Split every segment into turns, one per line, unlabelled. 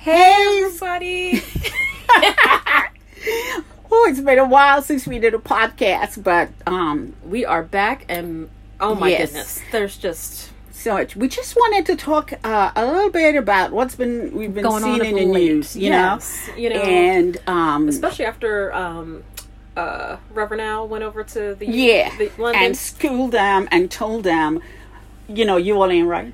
Hey,
everybody.
oh, it's been a while since we did a podcast, but um,
we are back, and oh my
Yes.
goodness, there's just
so much. We just wanted to talk uh, a little bit about what's been we've been
Going on
seeing
of
in the
late.
news, you
Yes,
know,
you know.
and um,
especially after um, uh, Reverend Al went over to the
yeah,
the London.
and schooled them and told them, you know, you all ain't right.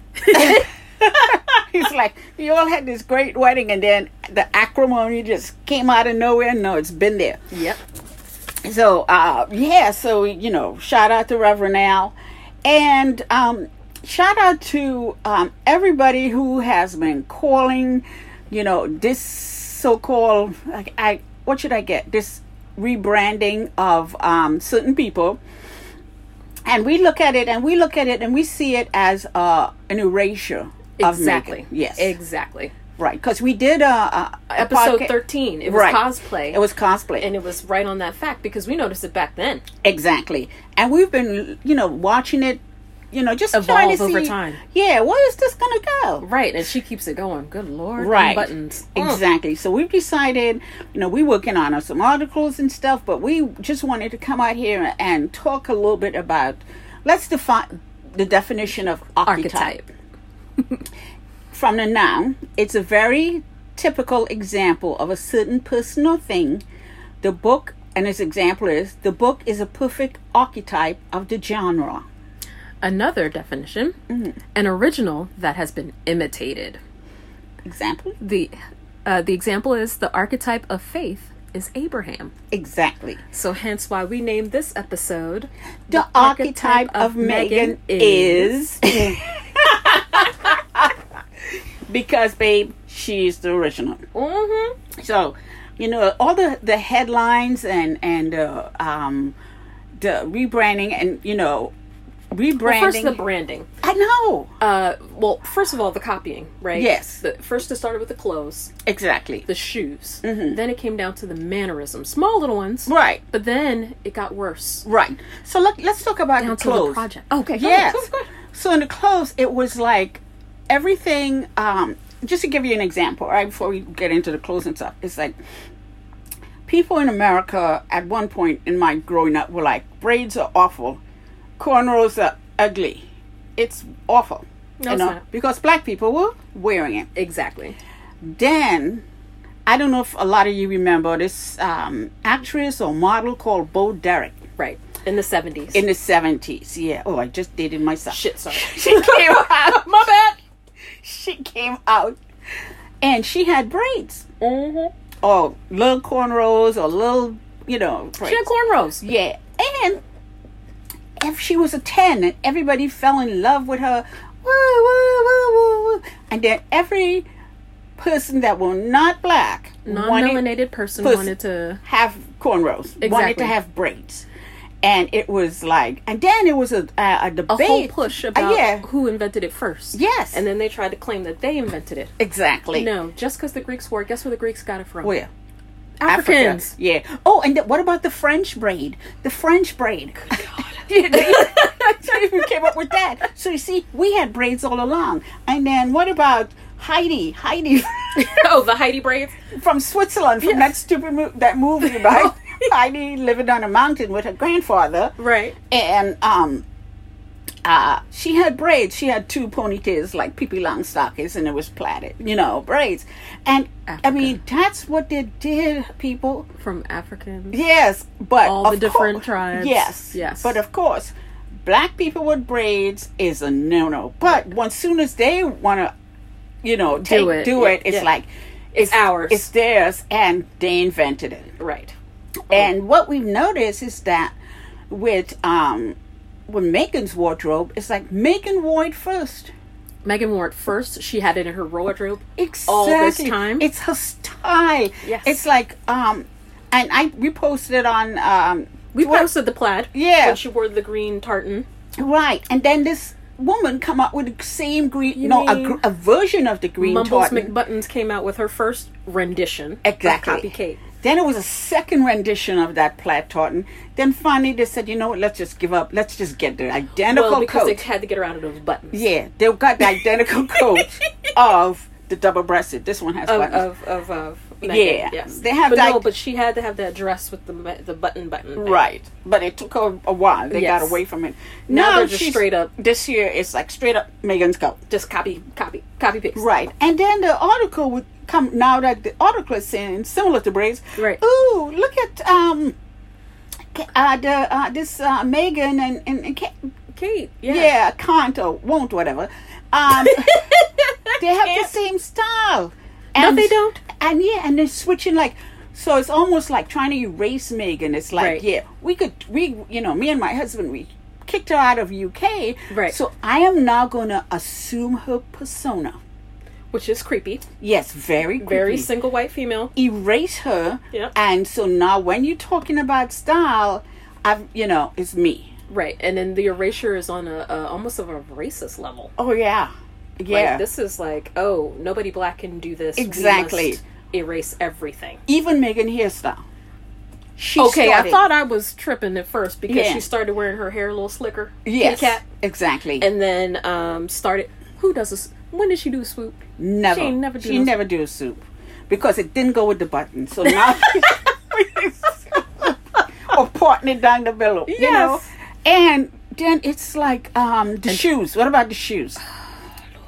He's like, you all had this great wedding, and then the acrimony just came out of nowhere. No, it's been there.
yep,
so uh yeah so you know shout out to reverend al and um shout out to um everybody who has been calling you know this so-called like i what should i get this rebranding of um certain people and we look at it and we look at it and we see it as uh an erasure of
exactly.
Megan. yes
exactly.
right because we did a, a, a
Episode
podca-
thirteen. It was
Right.
cosplay.
it was cosplay
and it was right on that fact because we noticed it back then.
Exactly. And we've been, you know, watching it, you know, just trying
Evolve
to
over
see,
time.
Yeah, where is this going to go?
Right, and she keeps it going. Good lord,
Right.
buttons. Mm.
Exactly. So we've decided, you know, we're working on some articles and stuff, but we just wanted to come out here and talk a little bit about, let's define the definition of
Archetype.
from the noun, it's a very typical example of a certain person or thing. The book, and its example is, the book is a perfect archetype of the genre.
Another definition:
Mm-hmm.
an original that has been imitated.
Example?
the uh, the example is the archetype of faith is Abraham.
Exactly.
So hence why we named this episode
The, archetype, of Megan is. because, babe, she's the original.
hmm
So, you know, all the, the headlines and, and uh, um, the rebranding and, you know, rebranding.
First the branding.
I know.
Uh, well, first of all, the copying, right?
Yes.
The, first it started with the clothes,
Exactly.
the shoes. Then it came down to the mannerisms, small little ones.
Mm-hmm. Right.
But then it got worse.
Right. So let, let's talk about
Down
the
to the
clothes.
project. Okay, go
Yes.
ahead, go ahead, go ahead.
So in the clothes, it was like everything. Um, just to give you an example, right before we get into the clothes and stuff, it's like people in America at one point in my growing up were like, braids are awful, cornrows are ugly, it's awful.
No,
you
it's
know,
not.
because black people were wearing it
Exactly.
then I don't know if a lot of you remember this um, actress or model called Bo Derek
Right. In the seventies.
in the seventies. Yeah. Oh, I just dated myself.
Shit, sorry.
She came out.
My bad.
She came out, and she had braids
Mm-hmm.
or little cornrows or little, you know, braids.
She had cornrows.
Yeah, and if she was a ten, and everybody fell in love with her, woo, woo, woo, woo, woo. and then every person that were not black wanted-
Non-melanated person
Puss-
wanted to.
have cornrows. Wanted to
Exactly.
have braids. And it was like, and then it was a, a, a
a
debate.
whole push
Uh,
about
yeah,
who invented it first.
Yes.
And then they tried to claim that they invented it.
exactly.
No, just because the Greeks wore it, guess where the Greeks got it from?
Where? Africa.
Africans.
Yeah. Oh, and th- what about the French braid? The French braid. Who came up with that? So you see, we had braids all along. And then what about Heidi? Heidi
oh, the Heidi braids?
from Switzerland, from that stupid mo- that movie about Heidi living on a mountain with her grandfather.
Right.
and um uh she had braids she had two ponytails like pippi longstockings and it was plaited you know braids and i mean that's what they did people
From Africans.
yes but
All the
of
different
cour-
tribes.
yes
Yes.
but of course black people with braids is a no-no but once soon as they want to you know take, do it
it. Yeah,
it's
yeah.
like
It's ours.
it's theirs and they invented it
right. Oh.
and what we've noticed is that with um with Megan's wardrobe, it's like Megan wore it first.
Megan wore it first. She had it in her wardrobe.
Exactly.
All this time?
It's her style.
Yes.
It's like um and I we posted it on um
We
Twitter.
posted the plaid.
Yeah.
When she wore the green tartan.
right. And then this woman come up with the same green no a,
mean-
gr- a version of the green
Mumbles
tartan.
McButtons came out with her first rendition. of
Exactly.
Copycat.
Then it was a second rendition of that plaid tartan. Then finally they said, you know what, let's just give up. Let's just get the identical
Well, because
coat.
they had to get her out of those buttons.
Yeah, they've got the identical coat of the double breasted. This one has
of
buttons.
of of, of
Yeah.
yes.
They have
but
that-
no, but she had to have that dress with the ma- the button button. thing.
Right, but it took a, a while. They got
Yes.
away from it.
Now
No,
they're just straight up.
This year, it's like straight up Megan's coat.
Just copy, copy, copy paste.
Right, and then the article would come now that the article is saying similar to braids.
Right.
Ooh, look at um, K- uh, the uh, this uh, Megan and and, and Ka-
Kate. Yeah.
yeah, can't or won't whatever. Um, they have the
Can't.
same style.
No, they don't.
And yeah, and they're switching like. So it's almost like trying to erase Megan. It's like,
Right.
yeah, we could, we, you know, me and my husband, we kicked her out of UK.
Right.
So I am now going to assume her persona.
Which is creepy.
Yes, very,
Very
creepy.
single white female.
Erase her.
Yep.
And so now when you're talking about style, I've, you know, it's me.
Right. And then the erasure is on a, a almost of a racist level.
Oh yeah, yeah.
Like, this is like, oh, nobody black can do this. We
Exactly.
must erase everything.
Even Megan hairstyle. She
okay,
started-
I thought I was tripping at first because
Yeah.
she started wearing her hair a little slicker. kitty
Yes,
cat,
exactly.
and then um started. Who does this? When did she do swoop?
never,
she ain't never do
she
no-
never do a soup because it didn't go with the button. So now, or parting it down the middle, you know.
Yes.
And then it's like um the shoes. What about the shoes?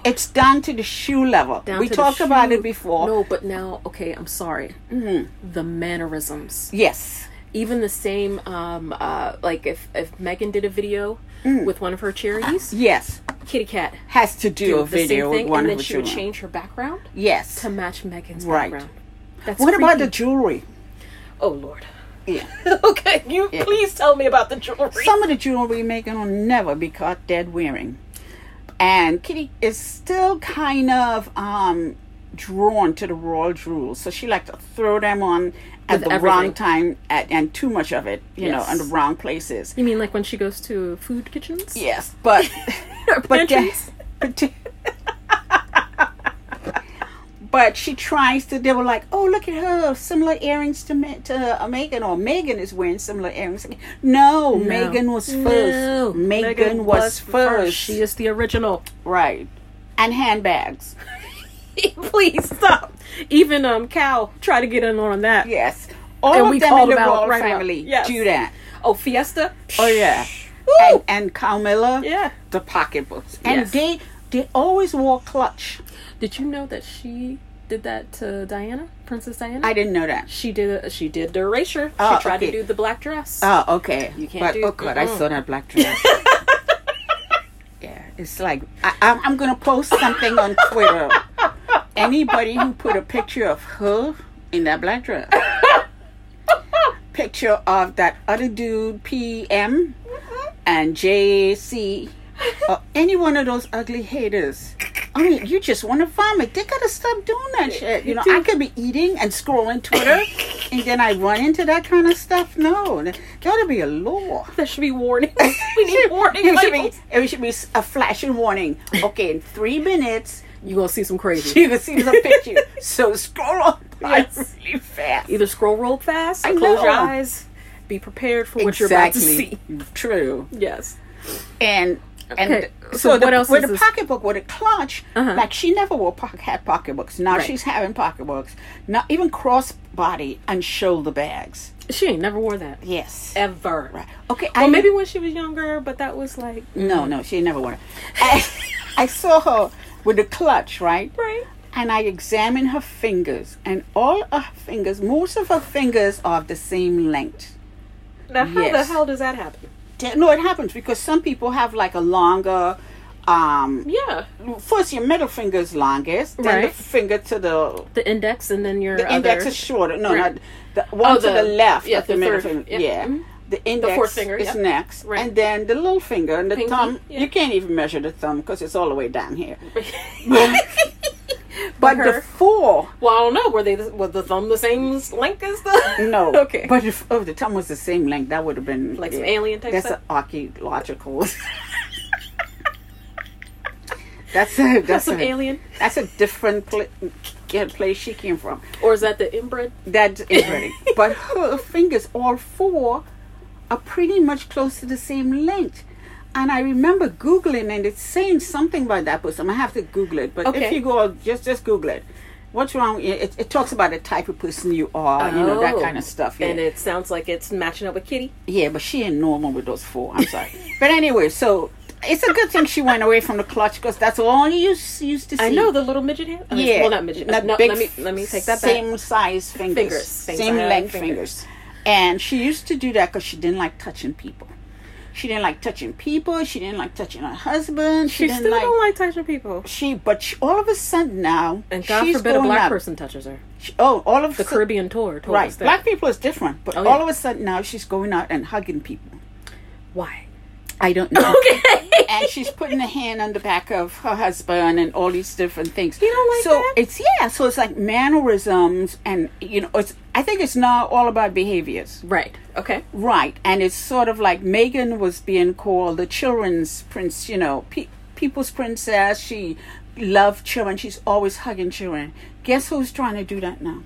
It's down to the shoe level.
Down
we
to the
talked about
shoe-
it before. Mm-hmm.
No, but now, okay, I'm sorry. The mannerisms.
Yes.
even the same um uh like if if megan did a video
Mm.
with one of her charities
Yes.
kitty cat
Has to do,
do
a
the same
video with
thing
one
and
of
then
the
she would
children.
change her background
Yes.
to match megan's
Right.
background that's
what about the
creepy.
jewelry?
oh lord
Yeah.
okay you
Yeah.
please tell me about the jewelry
Some of the jewelry Megan will never be caught dead wearing. And Kitty is still kind of um, drawn to the royal jewels, so she likes to throw them on at
With
the
everything.
wrong time at, and too much of it, you know,
Yes.
in the wrong places.
you mean like when she goes to food kitchens
Yes, but
Or
but the-
pantries?
but the- but she tries to. They were like, "Oh, look at her! Similar earrings to me, to uh, Megan, or Megan is wearing similar earrings." No, Megan was
No.
first. Megan, was, first.
She is the original.
right, and handbags.
Please stop. Even um, Cal tried to get in on that.
Yes, all
And
of
we
them in
called
the
them out
royal
right out.
family
Yes.
do that.
Oh, Fiesta.
Oh yeah,
Woo!
and and Carmilla,
Yeah.
the pocketbooks, and
Yes.
they they always wore clutch.
Did you know that she did that to Diana, Princess Diana?
I didn't know that.
she did. She did the erasure.
Oh,
she tried
okay.
to do the black dress.
Oh, okay. You
can't
but,
do-
Oh God, I
mm-mm.
saw that black dress. yeah, it's like I, I'm, I'm gonna post something on Twitter. Anybody who put a picture of her in that black dress, picture of that other dude PM
Mm-hmm.
and JC, or any one of those ugly haters. I mean, you just want to vomit. They gotta stop doing that shit. You know, I could be eating and scrolling Twitter, and then I run into that kind of stuff. No, there gotta be a law.
there should be warnings. we need warning
It should be.
labels.
It should be s- a flashing warning. Okay, in three minutes,
You gonna see some crazy.
you can see the picture. so scroll on by
Yes.
really fast.
Either scroll real fast,
I
or close your
know.
eyes, be prepared for what you're about to see.
True.
Yes.
And and
Okay,
so,
so
the,
what else
with
is
the
this? Uh-huh.
pocketbook with a clutch, like she never wore pocket, had pocketbooks. Now
Right.
she's having pocketbooks. Not even crossbody and shoulder bags.
She ain't never wore that
Yes.
ever.
Right. Okay.
Well,
I
maybe when she was younger, but that was like
No, no, she never wore it. I, I saw her with the clutch, right?
Right.
And I examined her fingers, and all of her fingers, most of her fingers are of the same length.
now. How
Yes.
the hell does that happen?
Th- No, it happens because some people have like a longer. Um,
Yeah.
first, your middle finger is longest, then the
Right.
finger to the
The index and then your
the
other
index is shorter. No,
Right.
not the one
Oh,
to the
the-
left.
yeah,
of the,
the
middle
third,
finger. Yeah.
yeah. Mhm.
The index
fourth finger,
is
yeah.
next,
Right.
and then the little finger and the
Pinky,
thumb.
yeah.
You can't even measure the thumb because it's all the way down here. But the
her.
four,
Well, I don't know. Were they the, was the thumb the same length as the?
no.
okay.
But if oh, the thumb was the same length, that would have been
Like some alien type
That's
stuff?
an archaeological. that's a that's,
that's
a,
some alien,
That's a different pla- yeah, place she came from.
or is that the inbred?
That's interesting. but her fingers, all four, are pretty much close to the same length. and I remember googling and it's saying something about that person. I have to Google it, but if
Okay.
you go just just Google it. What's wrong? It, it- it talks about the type of person you are, Uh, you know that
Oh.
kind of stuff. Yeah.
And it sounds like it's matching up with Kitty.
yeah, but she ain't normal with those four. I'm sorry, but anyway, so it's a good thing she went away from the clutch because that's all you s- used to see.
I know the little midget hand. I mean,
Yeah.
Well, not midget.
Not
no,
big
let me let me take that back.
Same size fingers.
Fingers. Same
Same
size
length
fingers.
fingers. And she used to do that because she didn't like touching people. She didn't like touching people. She didn't like touching her husband. She,
She
didn't
still
like,
don't like touching people.
she. But she, all of a sudden now,
And God
she's
forbid a
going
black
up.
person touches her.
She- oh, all of
The Caribbean tour told
Right,
us that.
black people is different, but
Oh,
all
yeah.
of a sudden now she's going out and hugging people.
Why?
I don't know.
Okay.
and she's putting a hand on the back of her husband and all these different things.
You don't like
so
that?
it's yeah, so it's like mannerisms and you know it's I think it's now all about behaviors.
Right. Okay.
Right. And it's sort of like Megan was being called the children's prince, you know, pe- people's princess. She loved children. She's always hugging children. Guess who's trying to do that now?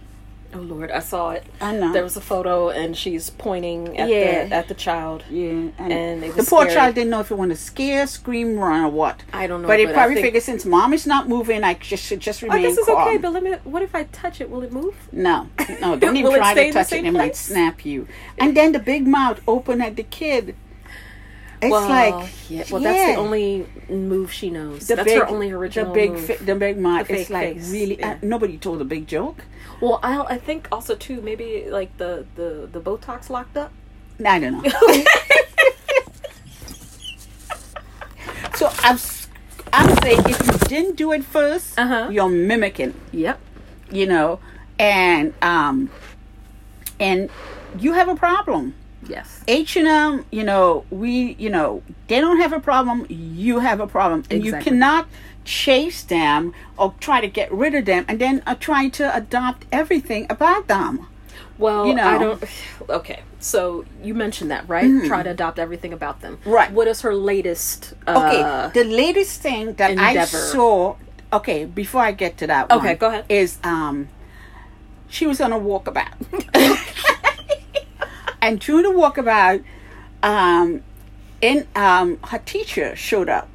Oh Lord, I saw it.
I know.
There was a photo, and she's pointing at
Yeah.
the at the child.
Yeah, and,
And it
the
was
poor
scary.
child didn't know if it wanted to scare, scream, run, or what.
I don't know,
but it
but I
probably
think-
figured since mom is not moving, I just should just
I
remain
guess it's
calm.
Oh, okay, but let me. What if I touch it? Will it move?
No, no, don't even
Will it
try
stay
to
in the
touch it.
same
It might
place?
snap you. And then the big mouth open at the kid. It's like,
yeah. Well, that's
yeah.
the only move she knows.
The
that's
big,
her only original
The big,
move.
fi- the big mouth.
The
it's
fake
like
face,
really.
yeah.
uh, nobody told a big joke.
well, I I think also too maybe like the the the Botox locked up.
I don't know. so I'm, s- I'm saying if you didn't do it 1st you
Uh-huh.
you're mimicking.
Yep.
You know, and um, and you have a problem.
Yes.
H and M, you know, we, you know, they don't have a problem. You have a problem, and you
Exactly.
cannot chase them or try to get rid of them, and then are trying to adopt everything about them.
Well,
You know. Mm-hmm.
I don't. Okay, so you mentioned that, right? Try to adopt everything about them.
Right.
What is her latest?
Okay,
Uh,
the latest thing that I
endeavor.
saw. Okay, before I get to that,
Okay,
one,
go ahead.
Is um, she was on a walkabout, and during the walkabout, um, in um, her teacher showed up.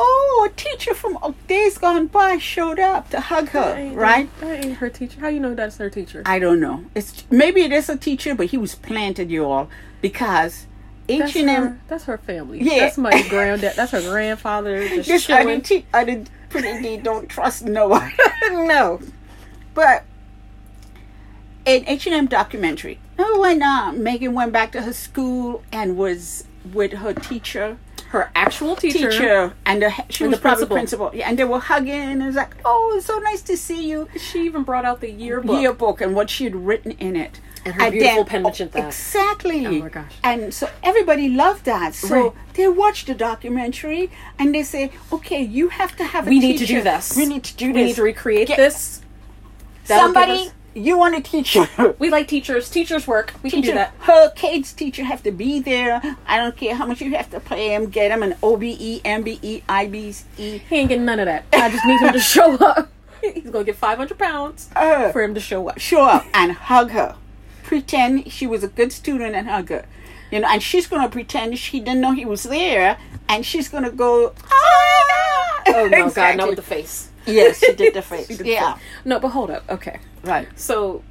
Oh, a teacher from oh, days gone by showed up to hug her, right?
That ain't her teacher. How you know that's her teacher?
I don't know. It's maybe it is a teacher, but he was planted, you all, because H and M
That's her family.
Yeah. That's my
granddad. That's her grandfather.
Yes, I didn't teach. I didn't. Pretty D don't trust no one. no, but an H and M documentary. Oh, when uh, Megan went back to her school and was with her teacher,
Her actual teacher.
teacher, and the, she
And
was
the
probably
principal.
principal. Yeah, and they were hugging, and it was like, "Oh, it's so nice to see you."
She even brought out the yearbook.
yearbook and what she had written in it.
And her beautiful pendant and that.
Exactly.
Oh my gosh.
And so everybody loved that. So
Right.
they watched the documentary and they say, okay, you have to have a
We need to
teacher.
do this.
We need to do
We
this.
need to recreate
Get-
this. That'll give
Somebody,
us-
you want a teacher.
We like teachers. Teachers work. We can do that.
Her kids' teacher have to be there. I don't care how much you have to pay him, get him an E, OBE, MBE, IBE.
He ain't getting none of that. I just need him to show up. He's gonna get five hundred pounds
Uh.
for him to show up.
show up and hug her. Pretend she was a good student and hug her. You know, and she's gonna pretend she didn't know he was there, and she's gonna go. Ah!
Oh no, God!
Exactly.
Not with the face.
Yes, she did the face.
She did the
yeah,
face. No, but hold up. Okay.
right.
So,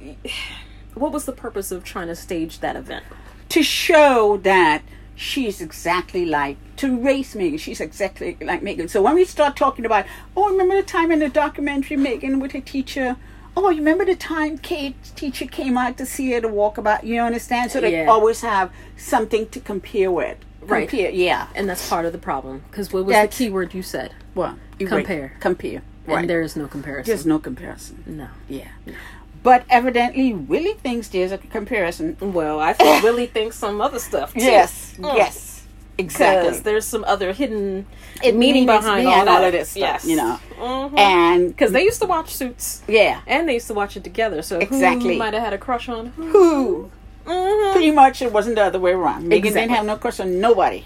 what was the purpose of trying to stage that event?
To show that she's exactly like to race Megan. She's exactly like Megan. So when we start talking about, oh, remember the time in the documentary Megan with her teacher. Oh, you remember the time Kate's teacher came out to see her to walk about? You understand? So they
Yeah.
always have something to compare with.
Right.
Compare, yeah.
And that's part of the problem. Because what was
That's-
the key word you said?
Well, you
Compare.
wait, compare.
And
Right.
there is no comparison.
There's no comparison.
no.
Yeah. But evidently, Willie thinks there's a comparison.
Well, I think Willie thinks some other stuff. Too.
Yes.
Mm.
Yes.
Because
Exactly.
there's some other hidden
It
meaning
means Mm-hmm.
behind
behind
all, that.
all of this stuff,
yes.
you know.
Mhm.
And
Because they used to watch Suits,
yeah,
and they used to watch it together. So
Exactly.
who might have had a crush on? Who?
who?
Mhm.
Pretty much, it wasn't the other way around. Megan didn't
Exactly.
have no crush on nobody.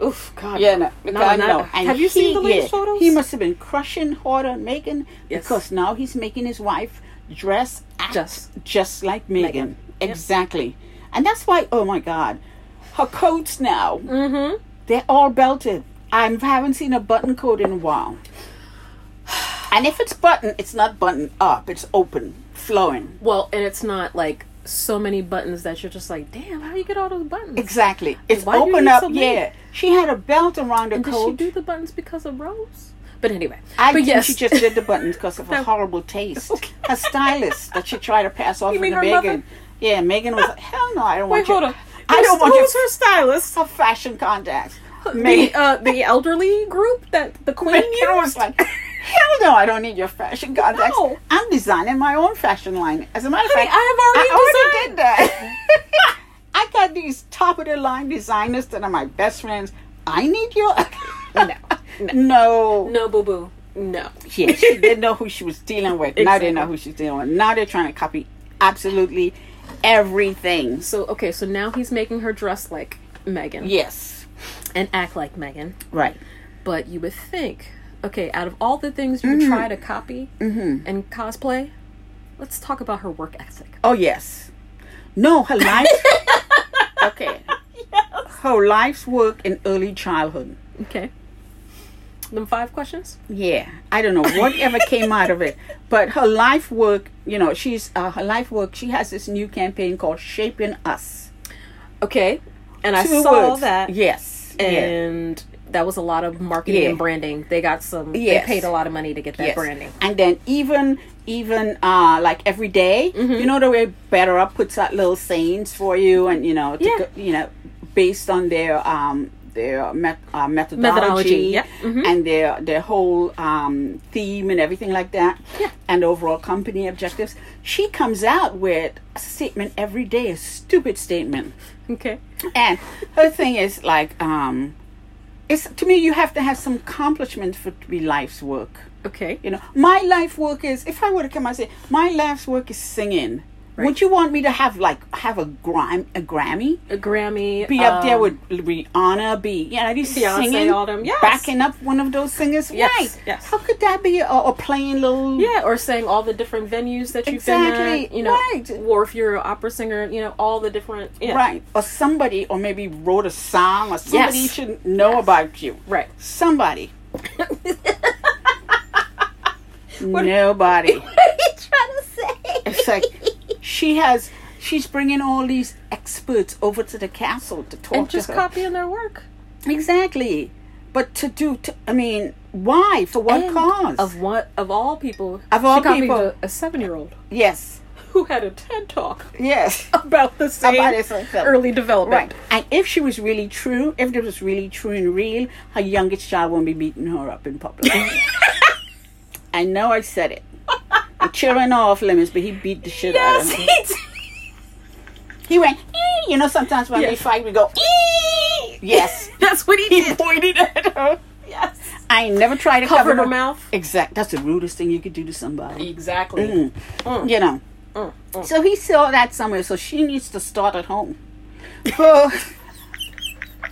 Oof, God.
Yeah, no, God,
not-
no. And
Have you seen
he-
the latest
yeah,
photos?
He must have been crushing hard on Megan
Yes.
because now he's making his wife dress act
Just-
just, like Megan.
Meghan. Yep.
Exactly. And that's why, oh my God, her coats now,
Mm-hmm.
they're all belted. I haven't seen a button coat in a while. And if it's button, it's not button up. It's open, flowing.
Well, and it's not like so many buttons that you're just like, damn, how do you get all those buttons?
Exactly. It's
Why do you
open
need
up.
so many?
yeah. She had a belt around her
And did she
coat.
do the buttons because of Rose? But anyway,
I
but
think
yes,
she just did the buttons because of her
No.
horrible taste.
Okay.
Her stylist that she tried to pass off
You
to
mean her
Megan.
mother?
Yeah, Megan was like, hell no, I don't want
Wait,
you.
hold on.
I don't want
Who's
your
her stylist?
her fashion contacts.
The
Megan,
uh, the elderly group that the queen
Megan was
used.
like, hell no, I don't need your fashion contacts.
No.
I'm designing my own fashion line. As a matter of
Honey,
fact,
I
already
have already
did that. I got these top of the line designers that are my best friends. I need your.
No.
No.
No, boo boo. No.
Yeah, she didn't know who she was dealing with. Now they
Exactly.
know who she's dealing with. Now they're trying to copy absolutely everything.
So okay, so now he's making her dress like Megan
Yes.
and act like Megan.
Right.
But you would think, okay, out of all the things you
Mm-hmm.
would try to copy and cosplay, let's talk about her work ethic.
Oh yes. No, her life. okay. Her life's work in early childhood.
Okay. Them five questions?
Yeah, I don't know whatever came out of it, but her life work. You know, she's uh, her life work. She has this new campaign called "Shaping Us."
Okay. And I
Two
saw
words.
that.
Yes. yeah.
And that was a lot of marketing
Yeah.
and branding. They got some
Yes.
they paid a lot of money to get that
Yes.
branding.
And then even even uh like every day,
Mm-hmm.
you know the way Better Up puts out little sayings for you, and you know to
Yeah.
go- you know based on their um their met, uh, methodology,
yeah. Mhm.
and their their whole um theme and everything like that,
Yeah.
and overall company objectives. She comes out with a statement every day, a stupid statement.
Okay.
And her thing is like, um, it's to me you have to have some accomplishment for it to be life's work.
Okay.
You know, my life work is if I were to come and say my life's work is singing. Would you want me to have like have a grime a Grammy?
A Grammy.
Be up there
um,
with Rihanna, be you know, these
Beyonce,
singing,
all them. Yes.
backing up one of those singers.
Yes,
Right.
yes.
How could that be? Or, or playing little
Yeah, or saying all the different venues that you've been at,
Exactly,
you know,
right.
or if you're an opera singer, you know, all the different, yeah.
right or somebody or maybe wrote a song or somebody
Yes.
should know about you.
Right.
Somebody. Nobody.
What are you trying to say?
It's like she has. She's bringing all these experts over to the castle to talk
and just
to her.
copying their work.
exactly, but to do. To, I mean, why? For what
And
cause?
Of what? Of all people,
Of all
she copied
people.
a, a seven-year-old
yes,
who had a TED talk
yes,
about the same
About this same film.
early development.
right. And if she was really true, if it was really true and real, her youngest child won't be beating her up in public. I know I said it. The children are off limits, but he beat the shit out of
Yes,
her.
he did.
He went, "Eh," you know, sometimes when we
Yes.
fight, we go, "Eh." yes.
That's what he
He
did.
pointed at her.
Yes,
I ain't never tried to cover,
covered her
my-
mouth.
Exact. That's the rudest thing you could do to somebody.
Exactly.
Mm. You know.
Mm, mm.
So he saw that somewhere. So she needs to start at home. Her,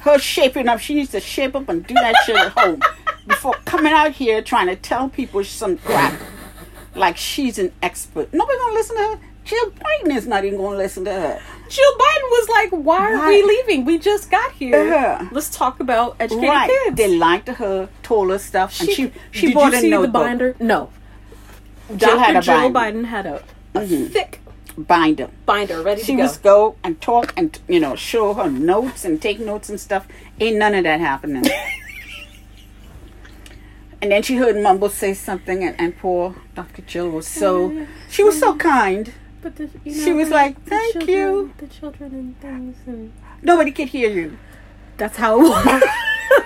her shaping up. She needs to shape up and do that shit at home before coming out here trying to tell people some crap. Like she's an expert. Nobody gonna listen to her. Jill Biden is not even gonna listen to her.
Jill Biden was like, "Why are
Why-
we leaving? We just got here.
Uh-huh.
Let's talk about educating
Right?
kids."
They lied to her, told her stuff, and she she
did
bought
you
a
see
notebook.
the binder? No.
Jill had a
Dr. Jill
binder.
Biden had a, a thick
binder.
binder ready
She
to go.
was go and talk and you know show her notes and take notes and stuff. Ain't none of that happening. and then she heard Mumble say something, and, and poor Dr. Jill was so she was so kind.
But the, you
She was
the-
like,
the
"Thank
children-
you."
The children and things, and
Nobody could hear you.
that's how it was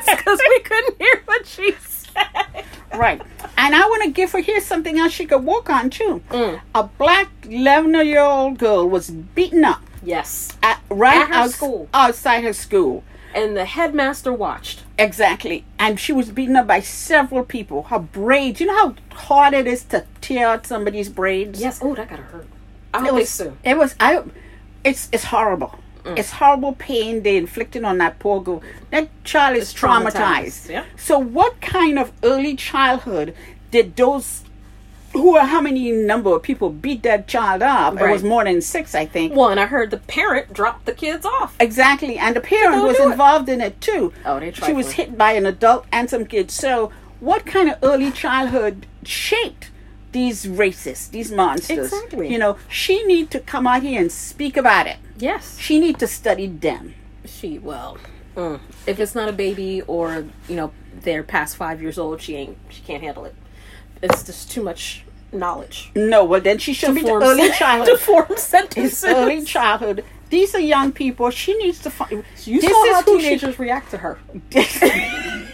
because we couldn't hear what she said.
Right. And I want to give her here something else she could walk on too.
Mm.
A black 11 year old girl was beaten up
Yes,
at, right
At her
outs-
school.
outside her school.
and the headmaster watched.
Exactly. And she was beaten up by several people. Her braids. You know how hard it is to tear out somebody's braids?
Yes. Oh, that got her hurt. I
It
don't think
was
so. Mm.
it was I it's it's horrible. It's horrible pain they inflicted on that poor girl. That child is
It's
traumatized.
traumatized, yeah.
So what kind of early childhood did those who how many number of people beat that child up? It was
Right.
more than six, I think.
Well, and I heard the parent dropped the kids off.
Exactly, and the parent
go
was
do it.
involved in it too.
Oh, they
She was
trifling.
hit by an adult and some kids. So, what kind of early childhood shaped these racists, these monsters?
Exactly.
You know, she need to come out here and speak about it.
Yes,
She need to study them.
she well, mm, if it's not a baby or you know they're past five years old, she ain't she can't handle it. It's just too much knowledge.
No, well then she should be the early
to
childhood.
form
It's
sentences.
early childhood. These are young people. She needs to find.
You
this
saw
is
how
who
teenagers react to her.
She,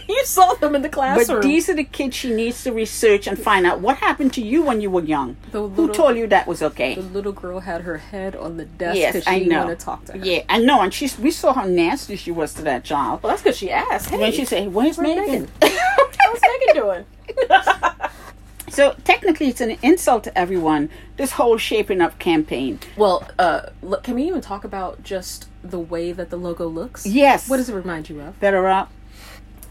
You saw them in the classroom.
but these are the kids she needs to research and find out what happened to you when you were young.
The
who
little-
told you that was okay?
The little girl had her head on the desk because
yes,
she
I
didn't
know.
want to talk to her.
Yeah, I know. And she's we saw how nasty she was to that child.
Well, that's because she asked. Hey,
When she said, "Where's
where's
Megan?"
Megan? how's Megan doing?
so technically, it's an insult to everyone. This whole shaping up campaign.
Well, uh, look, can we even talk about just the way that the logo looks?
Yes.
What does it remind you of?
Better up,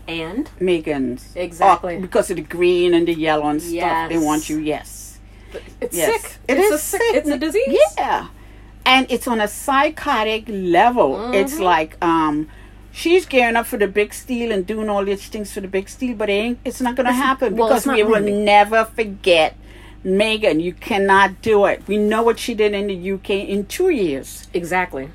And
Megan's
Exactly.
Oh, because of the green and the yellow and stuff. They
Yes.
want you. Yes.
it's
Yes.
sick.
It
it's
is
a sick, It's a disease.
Yeah. And it's on a psychotic level. It's
Mm-hmm.
like um she's gearing up for the big steal and doing all these things for the big steal, but it ain't, it's not gonna happen
well,
because
it's not
we will
happening.
never forget Megan. You cannot do it. We know what she did in the UK in two years
Exactly.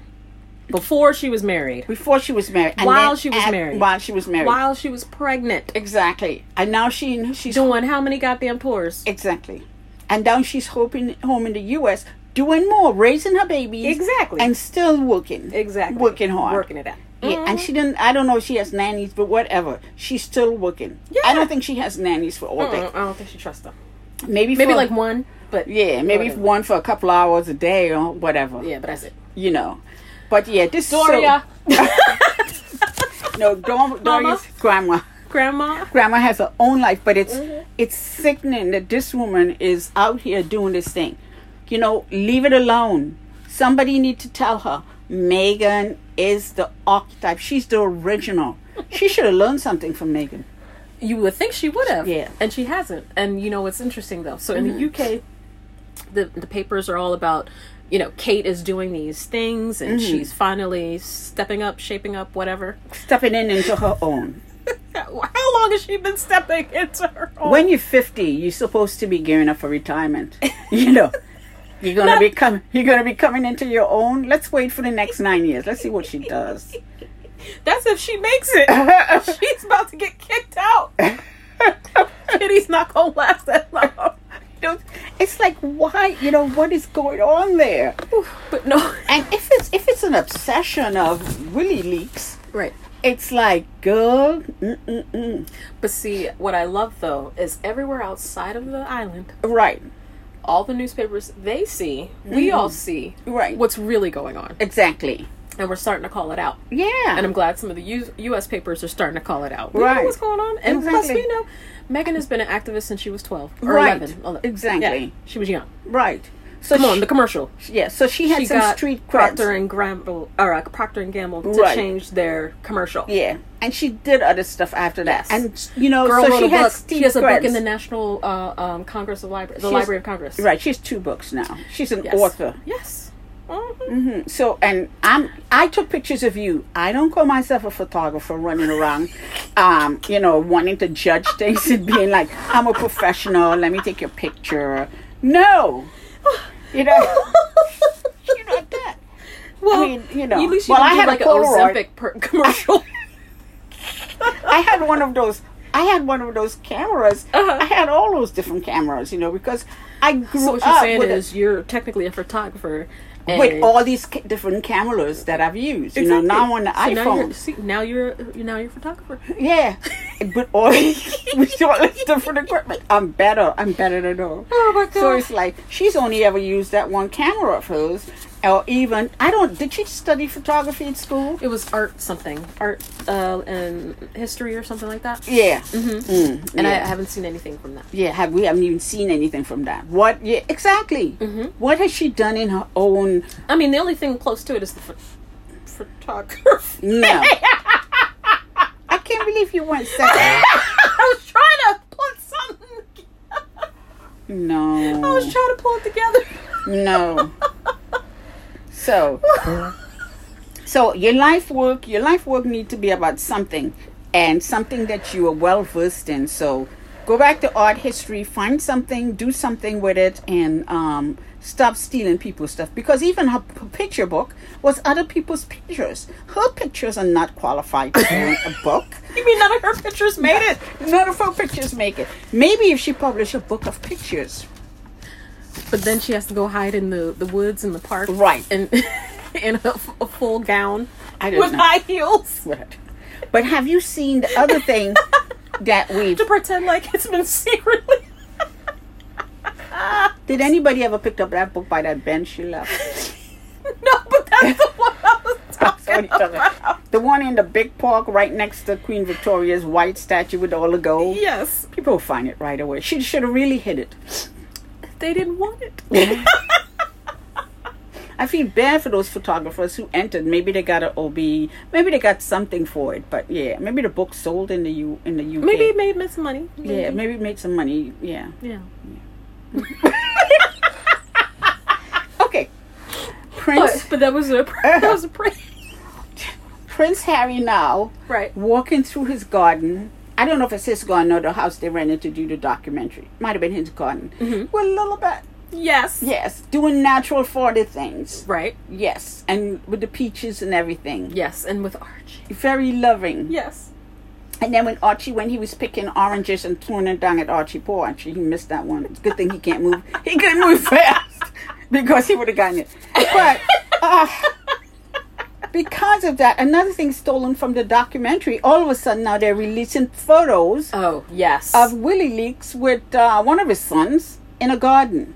Before she was married,
before she was married. and
While
then
she was married.
While she was married.
while she was pregnant,
exactly. And now she she's
doing how many goddamn tours?
Exactly. And now she's hoping home in the US doing more, raising her babies.
Exactly.
And still working.
Exactly.
Working hard.
Working it Mm-hmm. out.
Yeah, and she didn't. I don't know if she has nannies, but whatever. She's still working. I don't think she has nannies for all
Mm,
day.
I don't think she trusts them.
Maybe
Maybe
for,
like one, but
yeah, maybe
whatever.
one for a couple hours a day or whatever.
yeah, but that's it.
you know. But yeah, this
Doria,
So, no, Dor-
Mama.
Doria's grandma.
grandma.
grandma has her own life but it's it's sickening that this woman is out here doing this thing you know leave it alone somebody need to tell her megan is the archetype she's the original she should have learned something from megan
you would think she would have.
Yeah.
And she hasn't. And you know what's interesting though? So in the UK, the the papers are all about, you know, Kate is doing these things and she's finally stepping up, shaping up, whatever.
stepping in into her own
How long has she been stepping into her own?
when you're 50 you're supposed to be gearing up for retirement you know you're gonna
Not-
be coming you're gonna be coming into your own let's wait for the next nine years let's see what she does
That's if she makes it. she's about to get kicked out. Kitty's not gonna last that long.
Don't- it's like why you know what is going on there
But no
And if it's if it's an obsession of willy leaks,
Right.
it's like girl, mm-mm-mm.
But see, what I love though is everywhere outside of the island,
right,
all the newspapers they see, we all see
Mm-hmm. Right.
what's really going on.
exactly,
And we're starting to call it out.
yeah,
And I'm glad some of the U- U.S. papers are starting to call it out. We know
Right.
what's going on. And plus,
Exactly.
we know Megan has been an activist since she was 12 or
Right.
11. 11.
Exactly.
Yeah, she was young.
right. So
Come
she,
on, the commercial.
yeah, so she had
She
some
got
street creds,
Procter and Gamble or uh, Procter and Gamble to
Right.
change their commercial.
yeah, and she did other stuff after that,
Yes.
and you know,
Girl
so
wrote
she
a
had
book.
street
She has a book
creds.
in the National uh, um, Congress of Library, the
She's-
Library of Congress.
right. She has two books now. She's an
Yes.
author.
Yes. Mhm.
Mhm. So, and I'm I took pictures of you. I don't call myself a photographer running around, um, you know, wanting to judge things and being like, I'm a professional. Let me take your picture. No, you know, you're not that.
Well,
Mm-hmm. mean, you know,
at least you
well,
don't
I
do
had a
like
Polaroid.
an Ozempic per- commercial.
I had one of those. I had one of those cameras.
Uh-huh.
I had all those different cameras, you know, because I grew
so what you're
up
saying
with a-
is you're technically a photographer. And
with all these ca- different cameras that I've used, you know, now on the
So
iPhone.
Now you're, see, now you're now you're a photographer.
Yeah, but all with all this different equipment, I'm better. I'm better than all.
Oh, my
So
God.
it's like she's only ever used that one camera of hers, or even I don't. Did she study photography at school?
It was art something, art uh, and history or something like that.
Yeah, mm-hmm.
And I
yeah.
haven't seen anything from that.
yeah. Have, we haven't even seen anything from that. What? Yeah, exactly. What has she done in her own?
I mean, the only thing close to it is the ph- photography.
No. I can't believe you went second.
I was trying to put something.
No.
I was trying to pull it together.
No. so, so your life work, your life work need to be about something, and something that you are well versed in. So, go back to art history, find something, do something with it, and um, stop stealing people's stuff. Because even her p- picture book was other people's pictures. Her pictures are not qualified to be in a book.
you mean none of her pictures made it?
None of her pictures make it. Maybe if she published a book of pictures,
But then she has to go hide in the, the woods in the park.
Right.
And in a, f- a full gown
I don't
with
know.
high heels
Right. But have you seen the other thing that we
to pretend like it's been secretly.
did anybody ever picked up that book by that bench she left?
no, but that's the one I was
That's what
talking
he told her.
about.
The one in the big park right next to Queen Victoria's white statue with all the gold.
Yes,
People will find it right away. She should have really hid it.
they didn't want it.
I feel bad for those photographers who entered. Maybe they got an OB. Maybe they got something for it. But yeah, maybe the book sold in the U in the UK.
Maybe it made me some money.
yeah, maybe it made some money. Yeah.
Yeah.
Okay. Prince
But, but that was a that was a pretty
Prince Harry now
right.
walking through his garden. I don't know if it's his garden or the house they rented to do the documentary. Might have been his garden. With a little bit.
Yes.
Yes. Doing natural Florida things.
Right.
Yes. And with the peaches and everything.
Yes, and with Archie.
Very loving.
Yes.
And then when Archie, when he was picking oranges and throwing it down at Archie, poor Archie, he missed that one. It's a good thing he can't move. He couldn't move fast because he would have gotten it. But uh, because of that, another thing stolen from the documentary, all of a sudden now they're releasing photos
Oh yes.
of Willie Leaks with uh, one of his sons in a garden.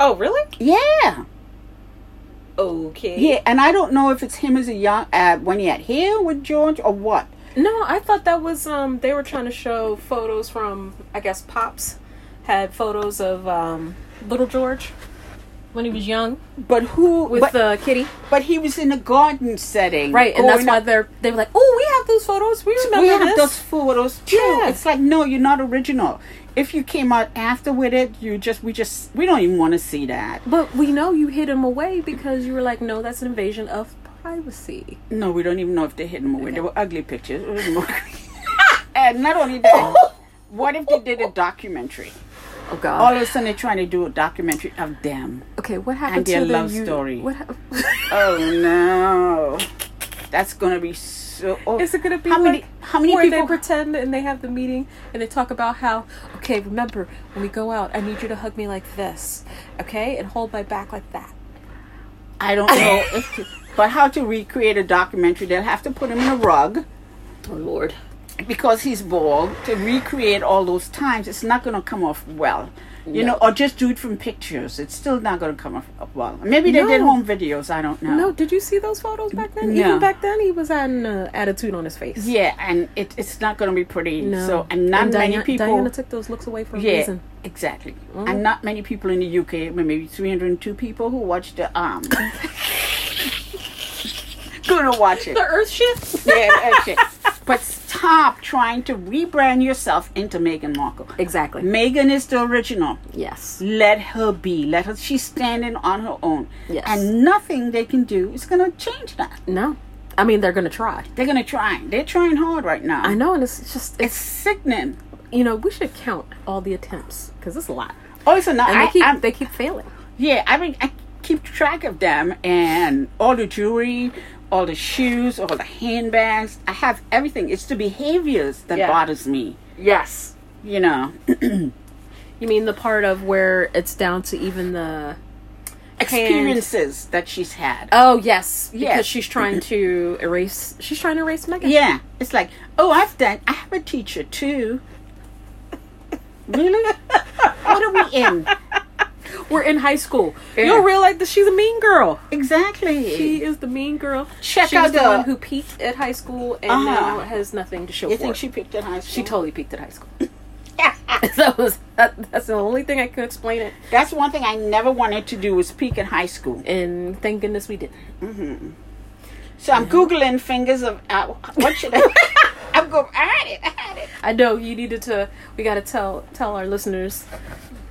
oh really?
Yeah.
Okay.
Yeah, and I don't know if it's him as a young, uh, when he had hair with George or what.
No, I thought that was um they were trying to show photos from I guess Pops had photos of um little George when he was young
But who?
with
but,
uh, Kitty.
but he was in a garden setting.
Right, and that's
growing
why
up.
they're they were like, "Oh, we have those photos. We remember
we have
this."
those photos too.
Yeah.
It's like no, you're not original. If you came out after with it, you just we just we don't even want to see that.
But we know you hid him away because you were like, "No, that's an invasion of privacy."
No, we don't even know if they hid them away. They were ugly pictures. It was more- and not only that, what if they did a documentary?
Oh God.
All of a sudden, they're trying to do a documentary of them.
okay, what happened
And their
to the
love
you-
story.
What hap-
Oh no, that's gonna be so. Oh,
Is it gonna be
how many?
like
How many
where
people?
they pretend and they have the meeting and they talk about how okay, remember when we go out, I need you to hug me like this, okay, and hold my back like that.
I don't know. if to, but how to recreate a documentary? They'll have to put him in a rug.
Oh Lord.
because he's bald to recreate all those times it's not going to come off well you
No.
know or just do it from pictures it's still not going to come off up well maybe they did
No.
home videos i don't know
No, did you see those photos back then?
No.
Even back then, he was had an uh, attitude on his face.
yeah and it, it's not going to be pretty
No.
so and not many
Diana,
people
Diana took those looks away for a
yeah
reason.
exactly and not many people in the uk maybe 302 people who watched the um gonna watch it
The Earth shit.
yeah okay. but stop trying to rebrand yourself into Meghan markle
Exactly.
Megan is the original.
Yes.
Let her be. Let her. She's standing on her own.
Yes.
And nothing they can do is going to change that.
No. I mean, they're gonna try.
They're going to try. They're trying hard right now.
I know, and it's just
It's sickening.
you know we should count all the attempts because it's a lot,
Also, now
and
I,
they keep
I'm-
they keep failing.
yeah, I mean, I keep track of them and all the jewelry, all the shoes, all the handbags. I have everything. It's the behaviors that
Yeah.
bothers me.
Yes.
You know,
You mean the part of where it's down to even the
experiences that she's had.
Oh yes, because
Yes.
she's trying to erase. She's trying to erase Megan.
Yeah, it's like, oh, I've done. I have a teacher too. Really? what are we in?
We're in high school.
Yeah.
You'll realize that she's a mean girl.
Exactly.
She is the mean girl.
Check
she
out
was the,
the-
one who peaked at high school and
Uh-huh.
now has nothing to show
you
for.
think
it.
she picked in high school?
She totally peaked at high school. that was that, that's the only thing I could explain it.
That's one thing I never wanted to do was peek in high school.
And thank goodness we didn't.
So I'm googling fingers of uh, what should I? I'm going. I had it. I had it.
I know you needed to. We got to tell tell our listeners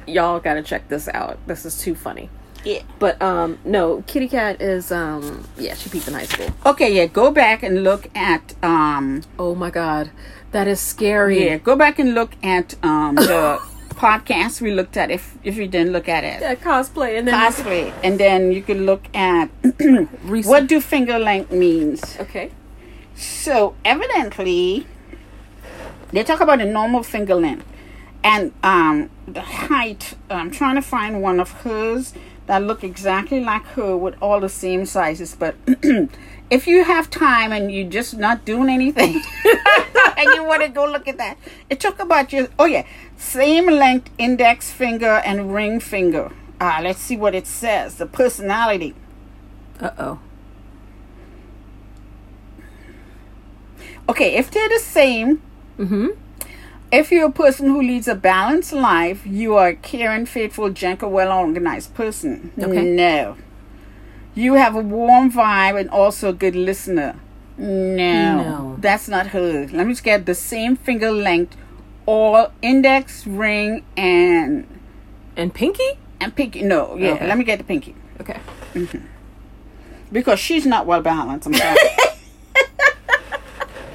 y'all gotta check this out. This is too funny.
Yeah.
But um, no, Kitty Cat is um, yeah, she peeped in high school.
Okay, yeah, go back and look at um
Oh my god, that is scary.
yeah, go back and look at um the podcast we looked at if if you didn't look at it.
That cosplay and then
Possibly. And then you can look at
Reese-
what do finger length means.
Okay.
So evidently they talk about the normal finger length and um the height. I'm trying to find one of hers that look exactly like her with all the same sizes, but if you have time and you're just not doing anything and you want to go look at that. It talk about your oh yeah, same length index finger and ring finger. Uh, let's see what it says. The personality.
Uh oh.
Okay, if they're the same,
Mm-hmm.
If you're a person who leads a balanced life, you are a caring, faithful, gentle, well organized person.
Okay.
No. You have a warm vibe and also a good listener. No.
No.
That's not her. Let me just get the same finger length, all index, ring, and
And Pinky?
and pinky. No, yeah.
Okay.
Let me get the pinky.
Okay.
Because she's not well balanced. I'm sorry.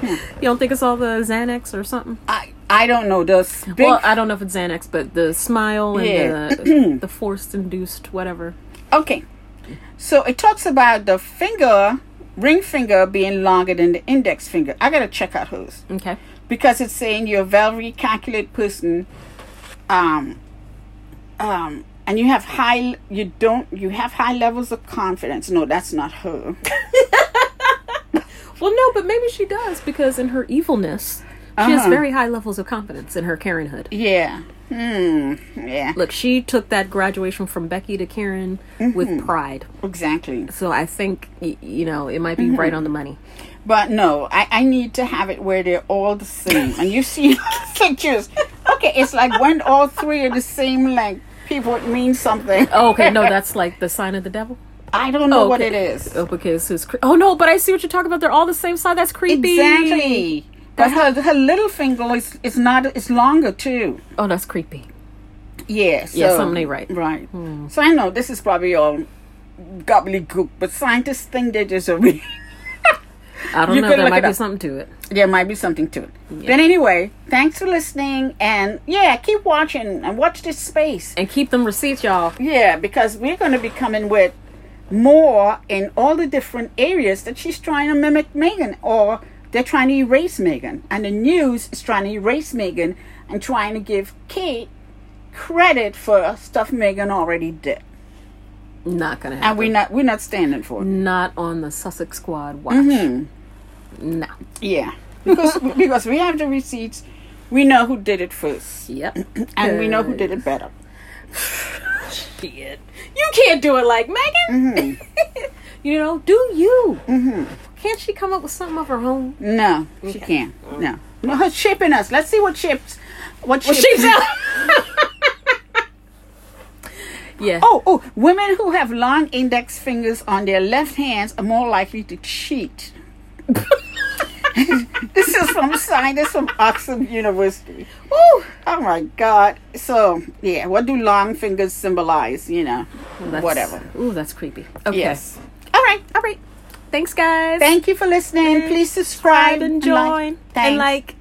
You don't think it's all the Xanax or something?
I, I don't know. The s- big
well, I don't know if it's Xanax, but the smile and
Yeah.
the the forced induced whatever.
Okay. So it talks about the finger, ring finger being longer than the index finger. I gotta check out hers
Okay.
because it's saying you're a very calculated person, um, um, and you have high, you don't, you have high levels of confidence. No, that's not her.
Well, no, but maybe she does because in her evilness, she has
Uh-huh.
very high levels of confidence in her Karenhood.
yeah. Hmm. Yeah.
Look, she took that graduation from Becky to Karen
Mm-hmm.
with pride.
Exactly.
So I think y- you know it might be
Mm-hmm.
right on the money.
But no, I, I need to have it where they're all the same. And you see pictures. Okay, it's like when all three are the same length, people, it means something.
Oh, okay, no, that's like the sign of the devil.
I don't know
okay.
what it is.
Oh, because it's cre- oh no, but I see what you're talking about. They're all the same size. That's creepy.
Exactly. But her, her little finger is, is not, it's longer too.
Oh, that's creepy.
Yeah. So,
Yeah, something ain't right. Hmm.
Right. So I know this is probably all gobbledygook, but scientists think that there's a re-
I don't
You
know.
could
There
look
might
it
be
up.
something to it.
there might be something to it. But anyway, thanks for listening. And yeah, keep watching and watch this space.
And keep them receipts, y'all.
Yeah, because we're going to be coming with more in all the different areas that she's trying to mimic Megan or they're trying to erase Megan. And the news is trying to erase Megan and trying to give Kate credit for stuff Megan already did.
Not gonna happen.
And we're not we're not standing for it.
Not on the Sussex Squad watch.
Mm-hmm.
No.
Yeah. Because because we have the receipts. We know who did it first.
Yep.
And we know who did it better.
Shit. You can't do it like Megan.
Mm-hmm.
you know, do you? Mm-hmm. Can't she come up with something of her own?
No, she can't. No. No, her shaping us. Let's see what shapes what shapes
yeah.
Oh, oh, women who have long index fingers on their left hands are more likely to cheat. this is from scientists from Oxford University. Woo! Oh my God. So, yeah, what do long fingers symbolize? You know,
That's-
whatever.
Ooh, that's creepy. Okay.
Yes. All right.
All right. Thanks, guys.
Thanks. Thank you for listening. Please subscribe
and
like.
join and
Thanks.
like.